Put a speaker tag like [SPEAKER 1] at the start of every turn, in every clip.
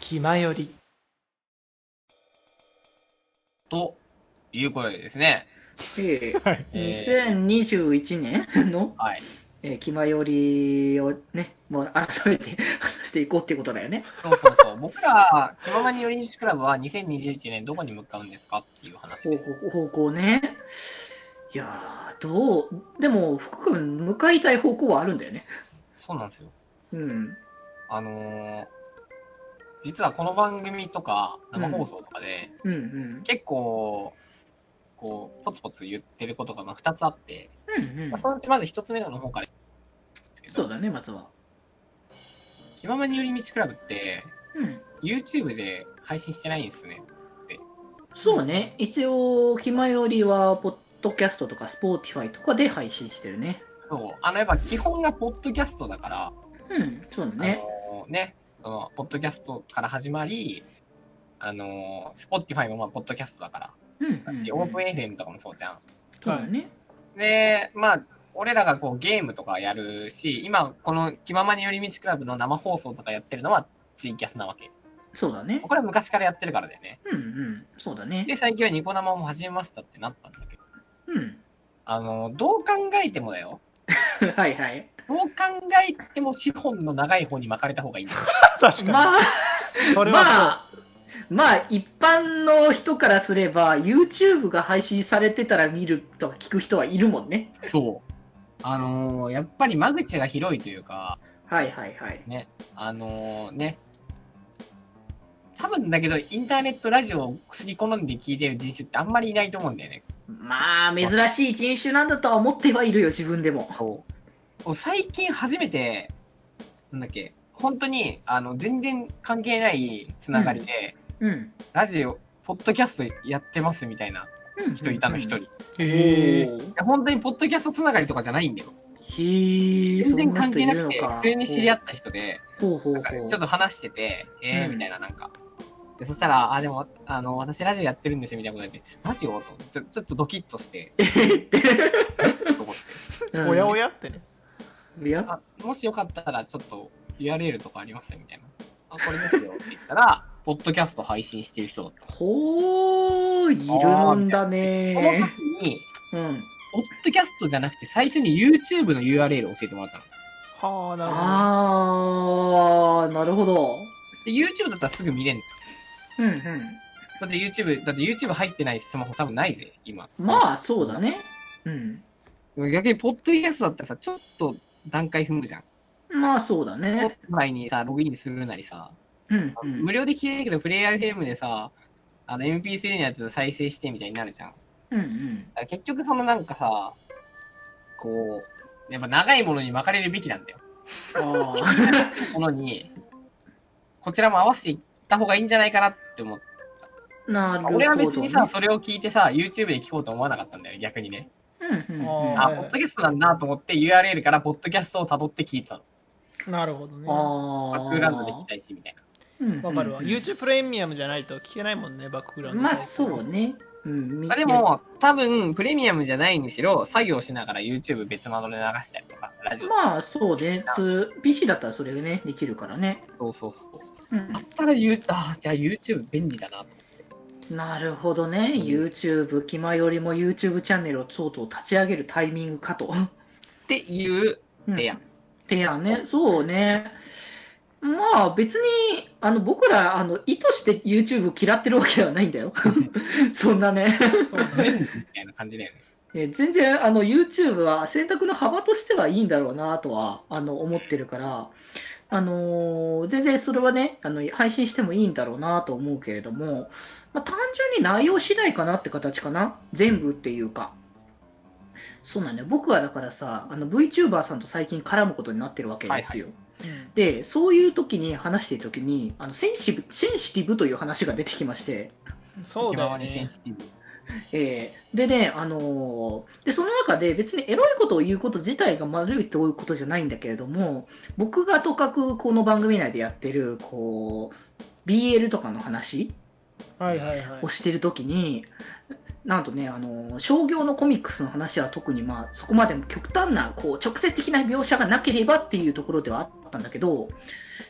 [SPEAKER 1] 気まより。
[SPEAKER 2] ということでですね。
[SPEAKER 3] え
[SPEAKER 1] はい。
[SPEAKER 3] え
[SPEAKER 2] えー
[SPEAKER 3] 2021年の、
[SPEAKER 2] はい。
[SPEAKER 3] えー、気まよりをね、もう改めて話していこうっていうことだよね。
[SPEAKER 2] そうそうそう。 僕ら、気ままに寄り道クラブは2021年どこに向かうんですかっていう話
[SPEAKER 3] 方
[SPEAKER 2] です。
[SPEAKER 3] 向方向ね。いやー、どう、でも、福君、向かいたい方向はあるんだよね。
[SPEAKER 2] そうなんですよ。
[SPEAKER 3] うん。
[SPEAKER 2] あのー実はこの番組とか生放送とかで、
[SPEAKER 3] うんうん。
[SPEAKER 2] 結構、こう、ポツポツ言ってることがまあ2つあって、
[SPEAKER 3] うんうん
[SPEAKER 2] まあ、。そのうちまず1つ目の方からですけど
[SPEAKER 3] そうだね、まずは。
[SPEAKER 2] 気ままに寄り道クラブって、
[SPEAKER 3] うん。
[SPEAKER 2] YouTube で配信してないんですね。
[SPEAKER 3] そうね、一応、気まよりは、ポッドキャストとか、スポーティファイとかで配信してるね。
[SPEAKER 2] そう。あの、やっぱ基本がポッドキャストだから、
[SPEAKER 3] うん、そうだね。
[SPEAKER 2] あのーね、その、ポッドキャストから始まり、あのー、Spotify もまあ、ポッドキャストだから、
[SPEAKER 3] うんうん、う
[SPEAKER 2] だ
[SPEAKER 3] ん。
[SPEAKER 2] し、
[SPEAKER 3] そう
[SPEAKER 2] オープン FM とかもそうじゃん。
[SPEAKER 3] だね。
[SPEAKER 2] で、まあ、俺らがこうゲームとかやるし、今、この気ままに寄り道クラブの生放送とかやってるのはツイキャスなわけ。
[SPEAKER 3] そうだね。
[SPEAKER 2] これは昔からやってるからだよね。
[SPEAKER 3] うんうん。そうだね。
[SPEAKER 2] で、最近はニコ生も始めましたってなったんだけど、
[SPEAKER 3] うん。
[SPEAKER 2] あの、どう考えてもだよ。
[SPEAKER 3] はいはい。
[SPEAKER 2] どう考えても資本の長い方に巻かれた方がいいんだよ。
[SPEAKER 1] 確か
[SPEAKER 3] まあ、
[SPEAKER 1] に。それ
[SPEAKER 3] ま
[SPEAKER 1] はそう。
[SPEAKER 3] あ、まあ、一般の人からすれば、YouTube が配信されてたら見るとか聞く人はいるもんね。
[SPEAKER 2] そう。あのーやっぱり間口が広いというか、
[SPEAKER 3] はいはいはい。
[SPEAKER 2] あのーね、多分だけど、インターネットラジオをすり好んで聞いてる人種ってあんまりいないと思うんだよね。
[SPEAKER 3] まあ、珍しい人種なんだとは思ってはいるよ、自分でも。
[SPEAKER 2] そう最近初めて、なんだっけ、本当に、あの、全然関係ないつながりで、
[SPEAKER 3] うん。
[SPEAKER 2] ラジオ、ポッドキャストやってますみたいな人いたの、一人。
[SPEAKER 3] うん
[SPEAKER 2] い
[SPEAKER 1] へえ。
[SPEAKER 3] おー
[SPEAKER 2] や本当にポッドキャストつながりとかじゃないんだよ。
[SPEAKER 3] へえ、
[SPEAKER 2] 全然関係なくて、
[SPEAKER 3] そん人いるのか
[SPEAKER 2] 普通に知り合った人で、
[SPEAKER 3] ほうほう
[SPEAKER 2] なんか
[SPEAKER 3] ほ
[SPEAKER 2] ちょ
[SPEAKER 3] う。
[SPEAKER 2] っと話してて、え
[SPEAKER 3] う
[SPEAKER 2] ー、
[SPEAKER 3] ん
[SPEAKER 2] みたいな、なんか。でそしたら、あ、でも、あの、私ラジオやってるんですよ、みたいなこと言って、ラジオと思ってちょ、ちょっとドキッとして、と思って
[SPEAKER 3] うん
[SPEAKER 1] おやおやってね。
[SPEAKER 3] いや
[SPEAKER 2] あ、もしよかったら、ちょっと URL とかありますよ、みたいな。あ、これですよ、って言ったら、ポッドキャスト配信してる人だった。
[SPEAKER 3] ほー、いるもんだ
[SPEAKER 2] この時
[SPEAKER 3] ね。
[SPEAKER 2] に、
[SPEAKER 3] うん。
[SPEAKER 2] ポッドキャストじゃなくて、最初に YouTube の URL を教えてもらったの。
[SPEAKER 1] はあ、なるほど。
[SPEAKER 3] あー、なるほど。
[SPEAKER 2] で、YouTube だったらすぐ見れんの。
[SPEAKER 3] うんうん。
[SPEAKER 2] だって YouTube、だって YouTube 入ってないスマホ多分ないぜ、今。
[SPEAKER 3] まあ、そうだね。うん。
[SPEAKER 2] 逆に、ポッドキャストだったらさ、ちょっと段階踏むじゃん。
[SPEAKER 3] まあ、そうだ
[SPEAKER 2] ポッ
[SPEAKER 3] ね。
[SPEAKER 2] ド前にさ、ログインするなりさ、
[SPEAKER 3] うんうん
[SPEAKER 2] 無。料で聞けないけど、プレイヤー FM でさ、あの、MP3 のやつ再生してみたいになるじゃん。だか
[SPEAKER 3] うんうん。
[SPEAKER 2] ら結局、そのなんかさ、こう、やっぱ長いものに巻かれるべきなんだよ。
[SPEAKER 3] あー
[SPEAKER 2] ものに、こちらも合わせていった方がいいんじゃないかなって思って。
[SPEAKER 3] なるほど。
[SPEAKER 2] 俺は別にさ、、それを聞いてさ、YouTube で聞こうと思わなかったんだよ、逆にね。
[SPEAKER 3] うんうんうん。
[SPEAKER 2] あ、
[SPEAKER 1] はい
[SPEAKER 2] ポ
[SPEAKER 1] はい
[SPEAKER 2] ッドキャストなんだと思って URL からポッドキャストを辿って聞いてたの。
[SPEAKER 1] なるほどね。
[SPEAKER 3] あ
[SPEAKER 2] バックグラウンドで聞きたいし、みたいな。
[SPEAKER 1] わかるわ。
[SPEAKER 3] うんうん
[SPEAKER 1] YouTube プレミアムじゃないと聞けないもんね、バックグラウンド。
[SPEAKER 3] まあ、そう。ね。うん。み
[SPEAKER 2] まあ、で、も、多分、プレミアムじゃないにしろ、作業しながら YouTube 別窓で流したりとか、ラジオ。
[SPEAKER 3] まあ、そうね。つ PC だったらそれがね、できるからね。
[SPEAKER 2] そうそうそう。
[SPEAKER 3] うん
[SPEAKER 2] だったら You、あーじゃあ YouTube 便利だなと。
[SPEAKER 3] なるほどね、
[SPEAKER 2] うん
[SPEAKER 3] YouTube、気まよりも YouTube チャンネルをとうとう立ち上げるタイミングかと。
[SPEAKER 2] っていう提案。
[SPEAKER 3] 提案ね、そうね。まあ別に、あの僕らあの意図して YouTube を嫌ってるわけではないんだよ。そんなね。
[SPEAKER 1] そうだ
[SPEAKER 2] 便
[SPEAKER 1] ね。
[SPEAKER 2] 利みたいな感じだよね。
[SPEAKER 3] え全然あの YouTube は選択の幅としてはいいんだろうなとはあの思ってるから、あのー全然それはねあの配信してもいいんだろうなと思うけれども、まあ、単純に内容次第かなって形かな全部っていうかそうなんだよ僕はだからさあの VTuber さんと最近絡むことになってるわけですよ、
[SPEAKER 1] うん
[SPEAKER 3] でそういう時に話してる時にあのセンシブセンシティブという話が出てきまして
[SPEAKER 1] そう
[SPEAKER 2] 気
[SPEAKER 1] だ
[SPEAKER 2] まま
[SPEAKER 1] よ
[SPEAKER 2] にセ
[SPEAKER 1] ね
[SPEAKER 2] ン。シティブ。
[SPEAKER 3] えーでね、あのーで、その中で別にエロいことを言うこと自体が悪いということじゃないんだけれども、僕がとかくこの番組内でやってる、こう、BL とかの話
[SPEAKER 1] はいはいはい
[SPEAKER 3] を。してるときに、なんとね、あのー商業のコミックスの話は特にまあ、そこまでも極端な、こう、直接的な描写がなければっていうところではあっったんだけど、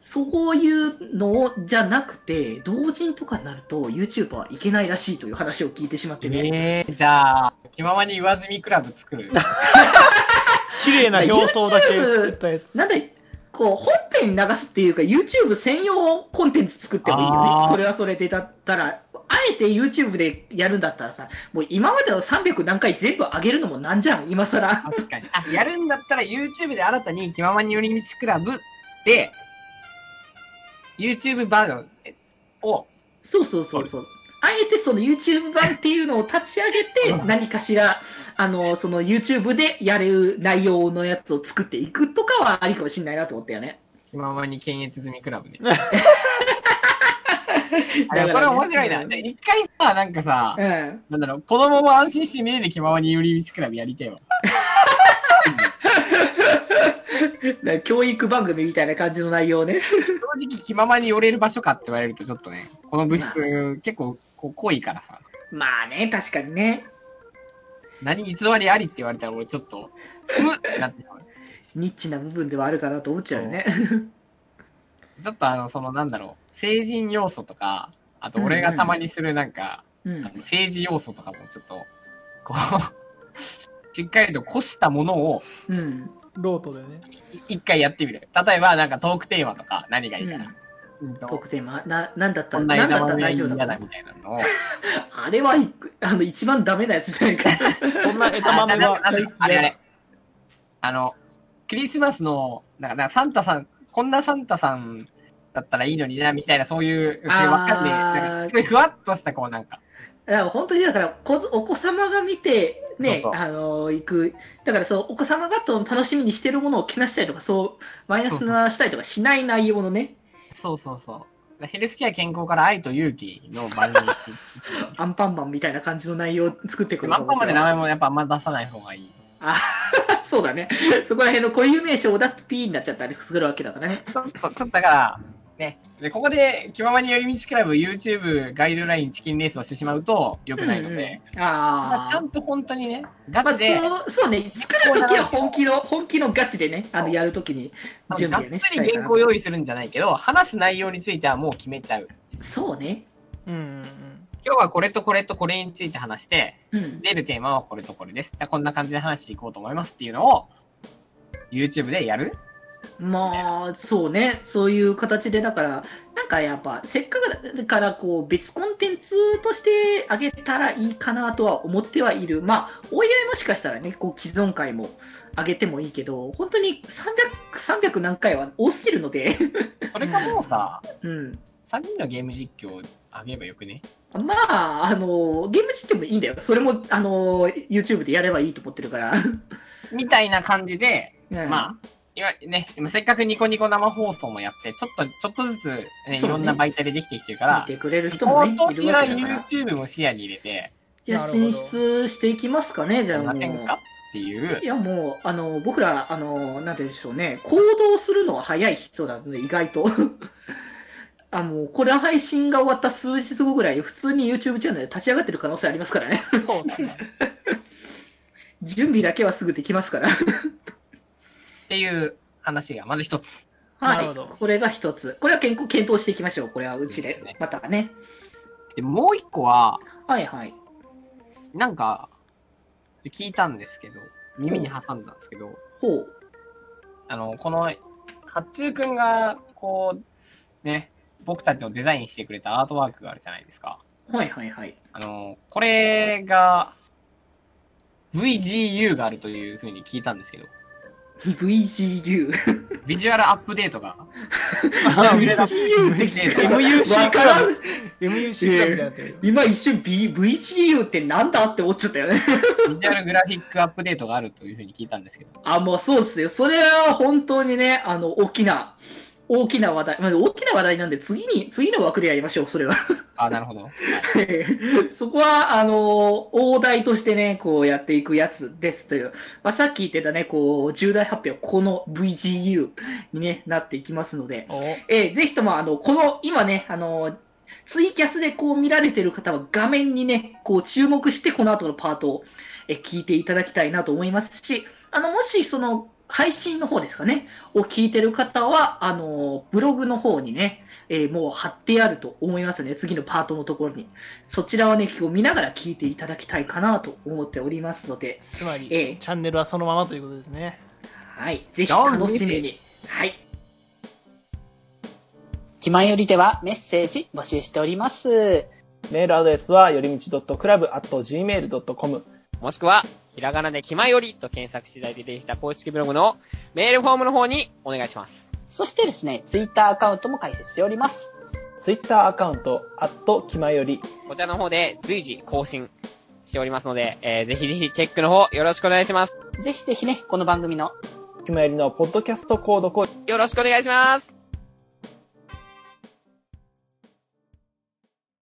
[SPEAKER 3] そういうのじゃなくて、同人とかになると YouTube はいけないらしいという話を聞いてしまってね。
[SPEAKER 2] えー、じゃあ、気ままに上積みクラブ作る。
[SPEAKER 1] 綺麗な表層だけ作ったやつ。
[SPEAKER 3] なんで、こう、本編に流すっていうか、YouTube 専用コンテンツ作ってもいいよ
[SPEAKER 2] あ
[SPEAKER 3] ね
[SPEAKER 2] ー。
[SPEAKER 3] それはそれでだったら、あえて YouTube でやるんだったらさ、もう今までの300何回全部上げるのもなんじゃん、今更。
[SPEAKER 2] 確かに。あ、やるんだったら YouTube で新たに気ままに寄り道クラブで、YouTube バージョンえを、
[SPEAKER 3] そうそうそうそう。あえてその YouTube 版っていうのを立ち上げ て、何かしら、あの、その YouTube でやる内容のやつを作っていくとかはありかもしれないなと思ったよね。
[SPEAKER 2] 気ままに検閲済みクラブ で。あ
[SPEAKER 3] だからね
[SPEAKER 2] それ面白いな。じゃあ一回さ、なんかさ、
[SPEAKER 3] うん。
[SPEAKER 2] なんだろう、子供も安心して見れる気ままに寄り道クラブやりたいわ。
[SPEAKER 3] だから教育番組みたいな感じの内容ね。
[SPEAKER 2] 正直気ままに寄れる場所かって言われるとちょっとね、この物質結構こう濃いからさ、
[SPEAKER 3] まあね、確かにね。
[SPEAKER 2] 何偽りありって言われたら俺ちょっと、うっってなってしまう。
[SPEAKER 3] ニッチな部分ではあるかなと思っちゃうよね。
[SPEAKER 2] ちょっとあの、そのなんだろう、成人要素とか、あと俺がたまにするなんか、
[SPEAKER 3] う
[SPEAKER 2] あの
[SPEAKER 3] ん。
[SPEAKER 2] 政治要素とかもちょっと、こう、しっかりとこしたものを
[SPEAKER 3] うん。
[SPEAKER 1] ロートでね。
[SPEAKER 2] 一回やってみる。例えばなんかトークテーマとか何がいいかな。うんと
[SPEAKER 3] 特定ま、な、なんだった
[SPEAKER 2] こ
[SPEAKER 3] ら、
[SPEAKER 2] んな
[SPEAKER 3] なん
[SPEAKER 2] 枝
[SPEAKER 3] だったら
[SPEAKER 2] 豆が
[SPEAKER 3] 大
[SPEAKER 2] 嫌
[SPEAKER 3] 丈夫だ
[SPEAKER 2] だ
[SPEAKER 3] ろう
[SPEAKER 2] みたいなのを。
[SPEAKER 3] あれはいく、あの、一番ダメなやつじゃないか。
[SPEAKER 1] こんな枝
[SPEAKER 2] あ、な
[SPEAKER 1] 豆
[SPEAKER 2] んだ
[SPEAKER 1] は
[SPEAKER 2] なんだあれあれ。あの、クリスマスの、なんかなんかサンタさん、こんなサンタさんだったらいいのにな、みたいな、そういう、
[SPEAKER 3] あー
[SPEAKER 2] わかんねえ。なんかすごいふわっとした、こうなんか。
[SPEAKER 3] だから本当にだからこお子様が見てね
[SPEAKER 2] そうそう
[SPEAKER 3] あの行くだからそうお子様がと楽しみにしてるものをけなしたりとかそうマイナスなしたりとかしない内容のね
[SPEAKER 2] そうそうそう。ヘルスケア健康から愛と勇気の番組に して。
[SPEAKER 3] アンパンマンみたいな感じの内容を作ってくる
[SPEAKER 2] マンパンまで名
[SPEAKER 3] 前
[SPEAKER 2] 前もやっぱあんま出さない方がいい。
[SPEAKER 3] そうだねそこら辺の固有名称を出すとピーになっちゃったりするわけだからね
[SPEAKER 2] ちょっと、ちょっとだから、ね。で、ここで、気ままに寄り道クラブ YouTube ガイドラインチキンレースをしてしまうと良くないので、
[SPEAKER 3] うん
[SPEAKER 2] ま
[SPEAKER 3] あ
[SPEAKER 2] あ、ちゃ
[SPEAKER 3] あ
[SPEAKER 2] んと本当にね、ガ
[SPEAKER 3] まあ
[SPEAKER 2] チで、
[SPEAKER 3] そうそうね作るときは本気の本気のガチでねあのやるときに
[SPEAKER 2] まあ
[SPEAKER 3] 準
[SPEAKER 2] がっ
[SPEAKER 3] 備をね
[SPEAKER 2] つ
[SPEAKER 3] した
[SPEAKER 2] り
[SPEAKER 3] いか
[SPEAKER 2] 原
[SPEAKER 3] な
[SPEAKER 2] 稿用意するんじゃないけど、話す内容についてはもう決めちゃう。
[SPEAKER 3] そうね
[SPEAKER 1] うんうん
[SPEAKER 2] 今日はこれとこれとこれについて話して、
[SPEAKER 3] うん
[SPEAKER 2] 出るテーマはこれとこれです。じゃあこんな感じで話していこうと思いますっていうのを、YouTube でやる
[SPEAKER 3] まあ、そうね、そういう形で、だから、なんかやっぱ、せっかくだから、こう、別コンテンツとしてあげたらいいかなとは思ってはいる。まあ、おいおいもしかしたらね、こう、既存回も上げてもいいけど、本当に300、300何回は多すぎるので、
[SPEAKER 2] それかもうさ、
[SPEAKER 3] うん。
[SPEAKER 2] 3人のゲーム実況あげればよくね。
[SPEAKER 3] まあ、あの、ゲーム実況もいいんだよ。それも、あの、YouTube でやればいいと思ってるから。
[SPEAKER 2] みたいな感じで、
[SPEAKER 3] あ、
[SPEAKER 2] まあ、今ね、今せっかくニコニコ生放送もやって、ちょっと、ちょっとずつ、ねい
[SPEAKER 3] そうね
[SPEAKER 2] ろんな媒体でできてきてるか
[SPEAKER 3] 見
[SPEAKER 2] ら、
[SPEAKER 3] てくれる人もね
[SPEAKER 2] 今、
[SPEAKER 3] いる
[SPEAKER 2] 年は
[SPEAKER 3] わけだから。
[SPEAKER 2] YouTube も視野に入れて、
[SPEAKER 3] いや、
[SPEAKER 1] なるほど
[SPEAKER 3] 進出していきますかね、じ
[SPEAKER 2] や
[SPEAKER 3] ゃあ
[SPEAKER 2] りま
[SPEAKER 3] もう
[SPEAKER 2] せんかっていう
[SPEAKER 3] い、やもうあの僕らあのなんて言うんでしょうね行動するのは早い人なので意外と あのこれ配信が終わった数日後ぐらい普通に YouTube チャンネル立ち上がってる可能性ありますからね
[SPEAKER 1] うん。そうだね。
[SPEAKER 3] 準備だけはすぐできますから
[SPEAKER 2] っていう話がまず一つ。
[SPEAKER 1] なるほ
[SPEAKER 3] は
[SPEAKER 1] ど
[SPEAKER 3] いこれが一つこれは健康検討していきましょうこれはうち
[SPEAKER 2] そう
[SPEAKER 3] で
[SPEAKER 2] ですね
[SPEAKER 3] またね
[SPEAKER 2] で、もう一個は、
[SPEAKER 3] はいはい
[SPEAKER 2] なんか、聞いたんですけど、耳に挟んだんですけど、
[SPEAKER 3] ほう
[SPEAKER 2] あの、この、八中くんが、こう、ね、僕たちをデザインしてくれたアートワークがあるじゃないですか。
[SPEAKER 3] はいはいはい
[SPEAKER 2] あの、これが、VGU があるというふうに聞いたんですけど、
[SPEAKER 3] VGU
[SPEAKER 2] ビジュアルアップデートが、
[SPEAKER 3] VGU って聞いた
[SPEAKER 1] MUC
[SPEAKER 3] わ
[SPEAKER 1] ク
[SPEAKER 3] か
[SPEAKER 1] ラ
[SPEAKER 3] ら
[SPEAKER 1] ブ
[SPEAKER 3] ん
[SPEAKER 1] MUC クラブみたいになってるよ。
[SPEAKER 3] 今一瞬、B、VGU ってなんだって思っちゃったよね
[SPEAKER 2] ビジュアルグラフィックアップデートがあるというふうに聞いたんですけど、
[SPEAKER 3] あ、もうそうですよ。それは本当にね、あの、大きな、大きな話題、まあ、大きな話題なんで、次に、次の枠でやりましょう、それは。
[SPEAKER 2] あなるほど。
[SPEAKER 3] そこは、あの、大台としてね、こうやっていくやつですという。まあ、さっき言ってたね、こう、重大発表、この VGU に、ね、なっていきますので、
[SPEAKER 1] お
[SPEAKER 3] えーぜひとも、あの、この、今ね、あの、ツイキャスでこう見られてる方は画面にね、こう注目してこの後のパートをえー聞いていただきたいなと思いますし、あの、もしその、配信の方ですかね、を聞いてる方は、あの、ブログの方にね、えーもう貼ってあると思いますね。次のパートのところに。そちらはね、結構見ながら聞いていただきたいかなと思っておりますので、
[SPEAKER 1] つまり、
[SPEAKER 3] ええ
[SPEAKER 1] チャンネルはそのままということですね。
[SPEAKER 3] はい。ぜひ楽しみに。はい。
[SPEAKER 4] 気前よりではメッセージ募集しております。
[SPEAKER 1] メールアドレスは、よりみち .club.gmail.com。
[SPEAKER 5] もしくは、ひらがなで気まよりと検索次第で出てきた公式ブログのメールフォームの方にお願いします。
[SPEAKER 4] そしてですね、ツイッターアカウントも開設しております。
[SPEAKER 1] Twitter アカウント、アットキマより。
[SPEAKER 5] こちらの方で随時更新しておりますので、えー、ぜひぜひチェックの方よろしくお願いします。
[SPEAKER 4] ぜひぜひね、この番組の
[SPEAKER 1] キマよりのポッドキャスト購読を
[SPEAKER 5] よろしくお願いします。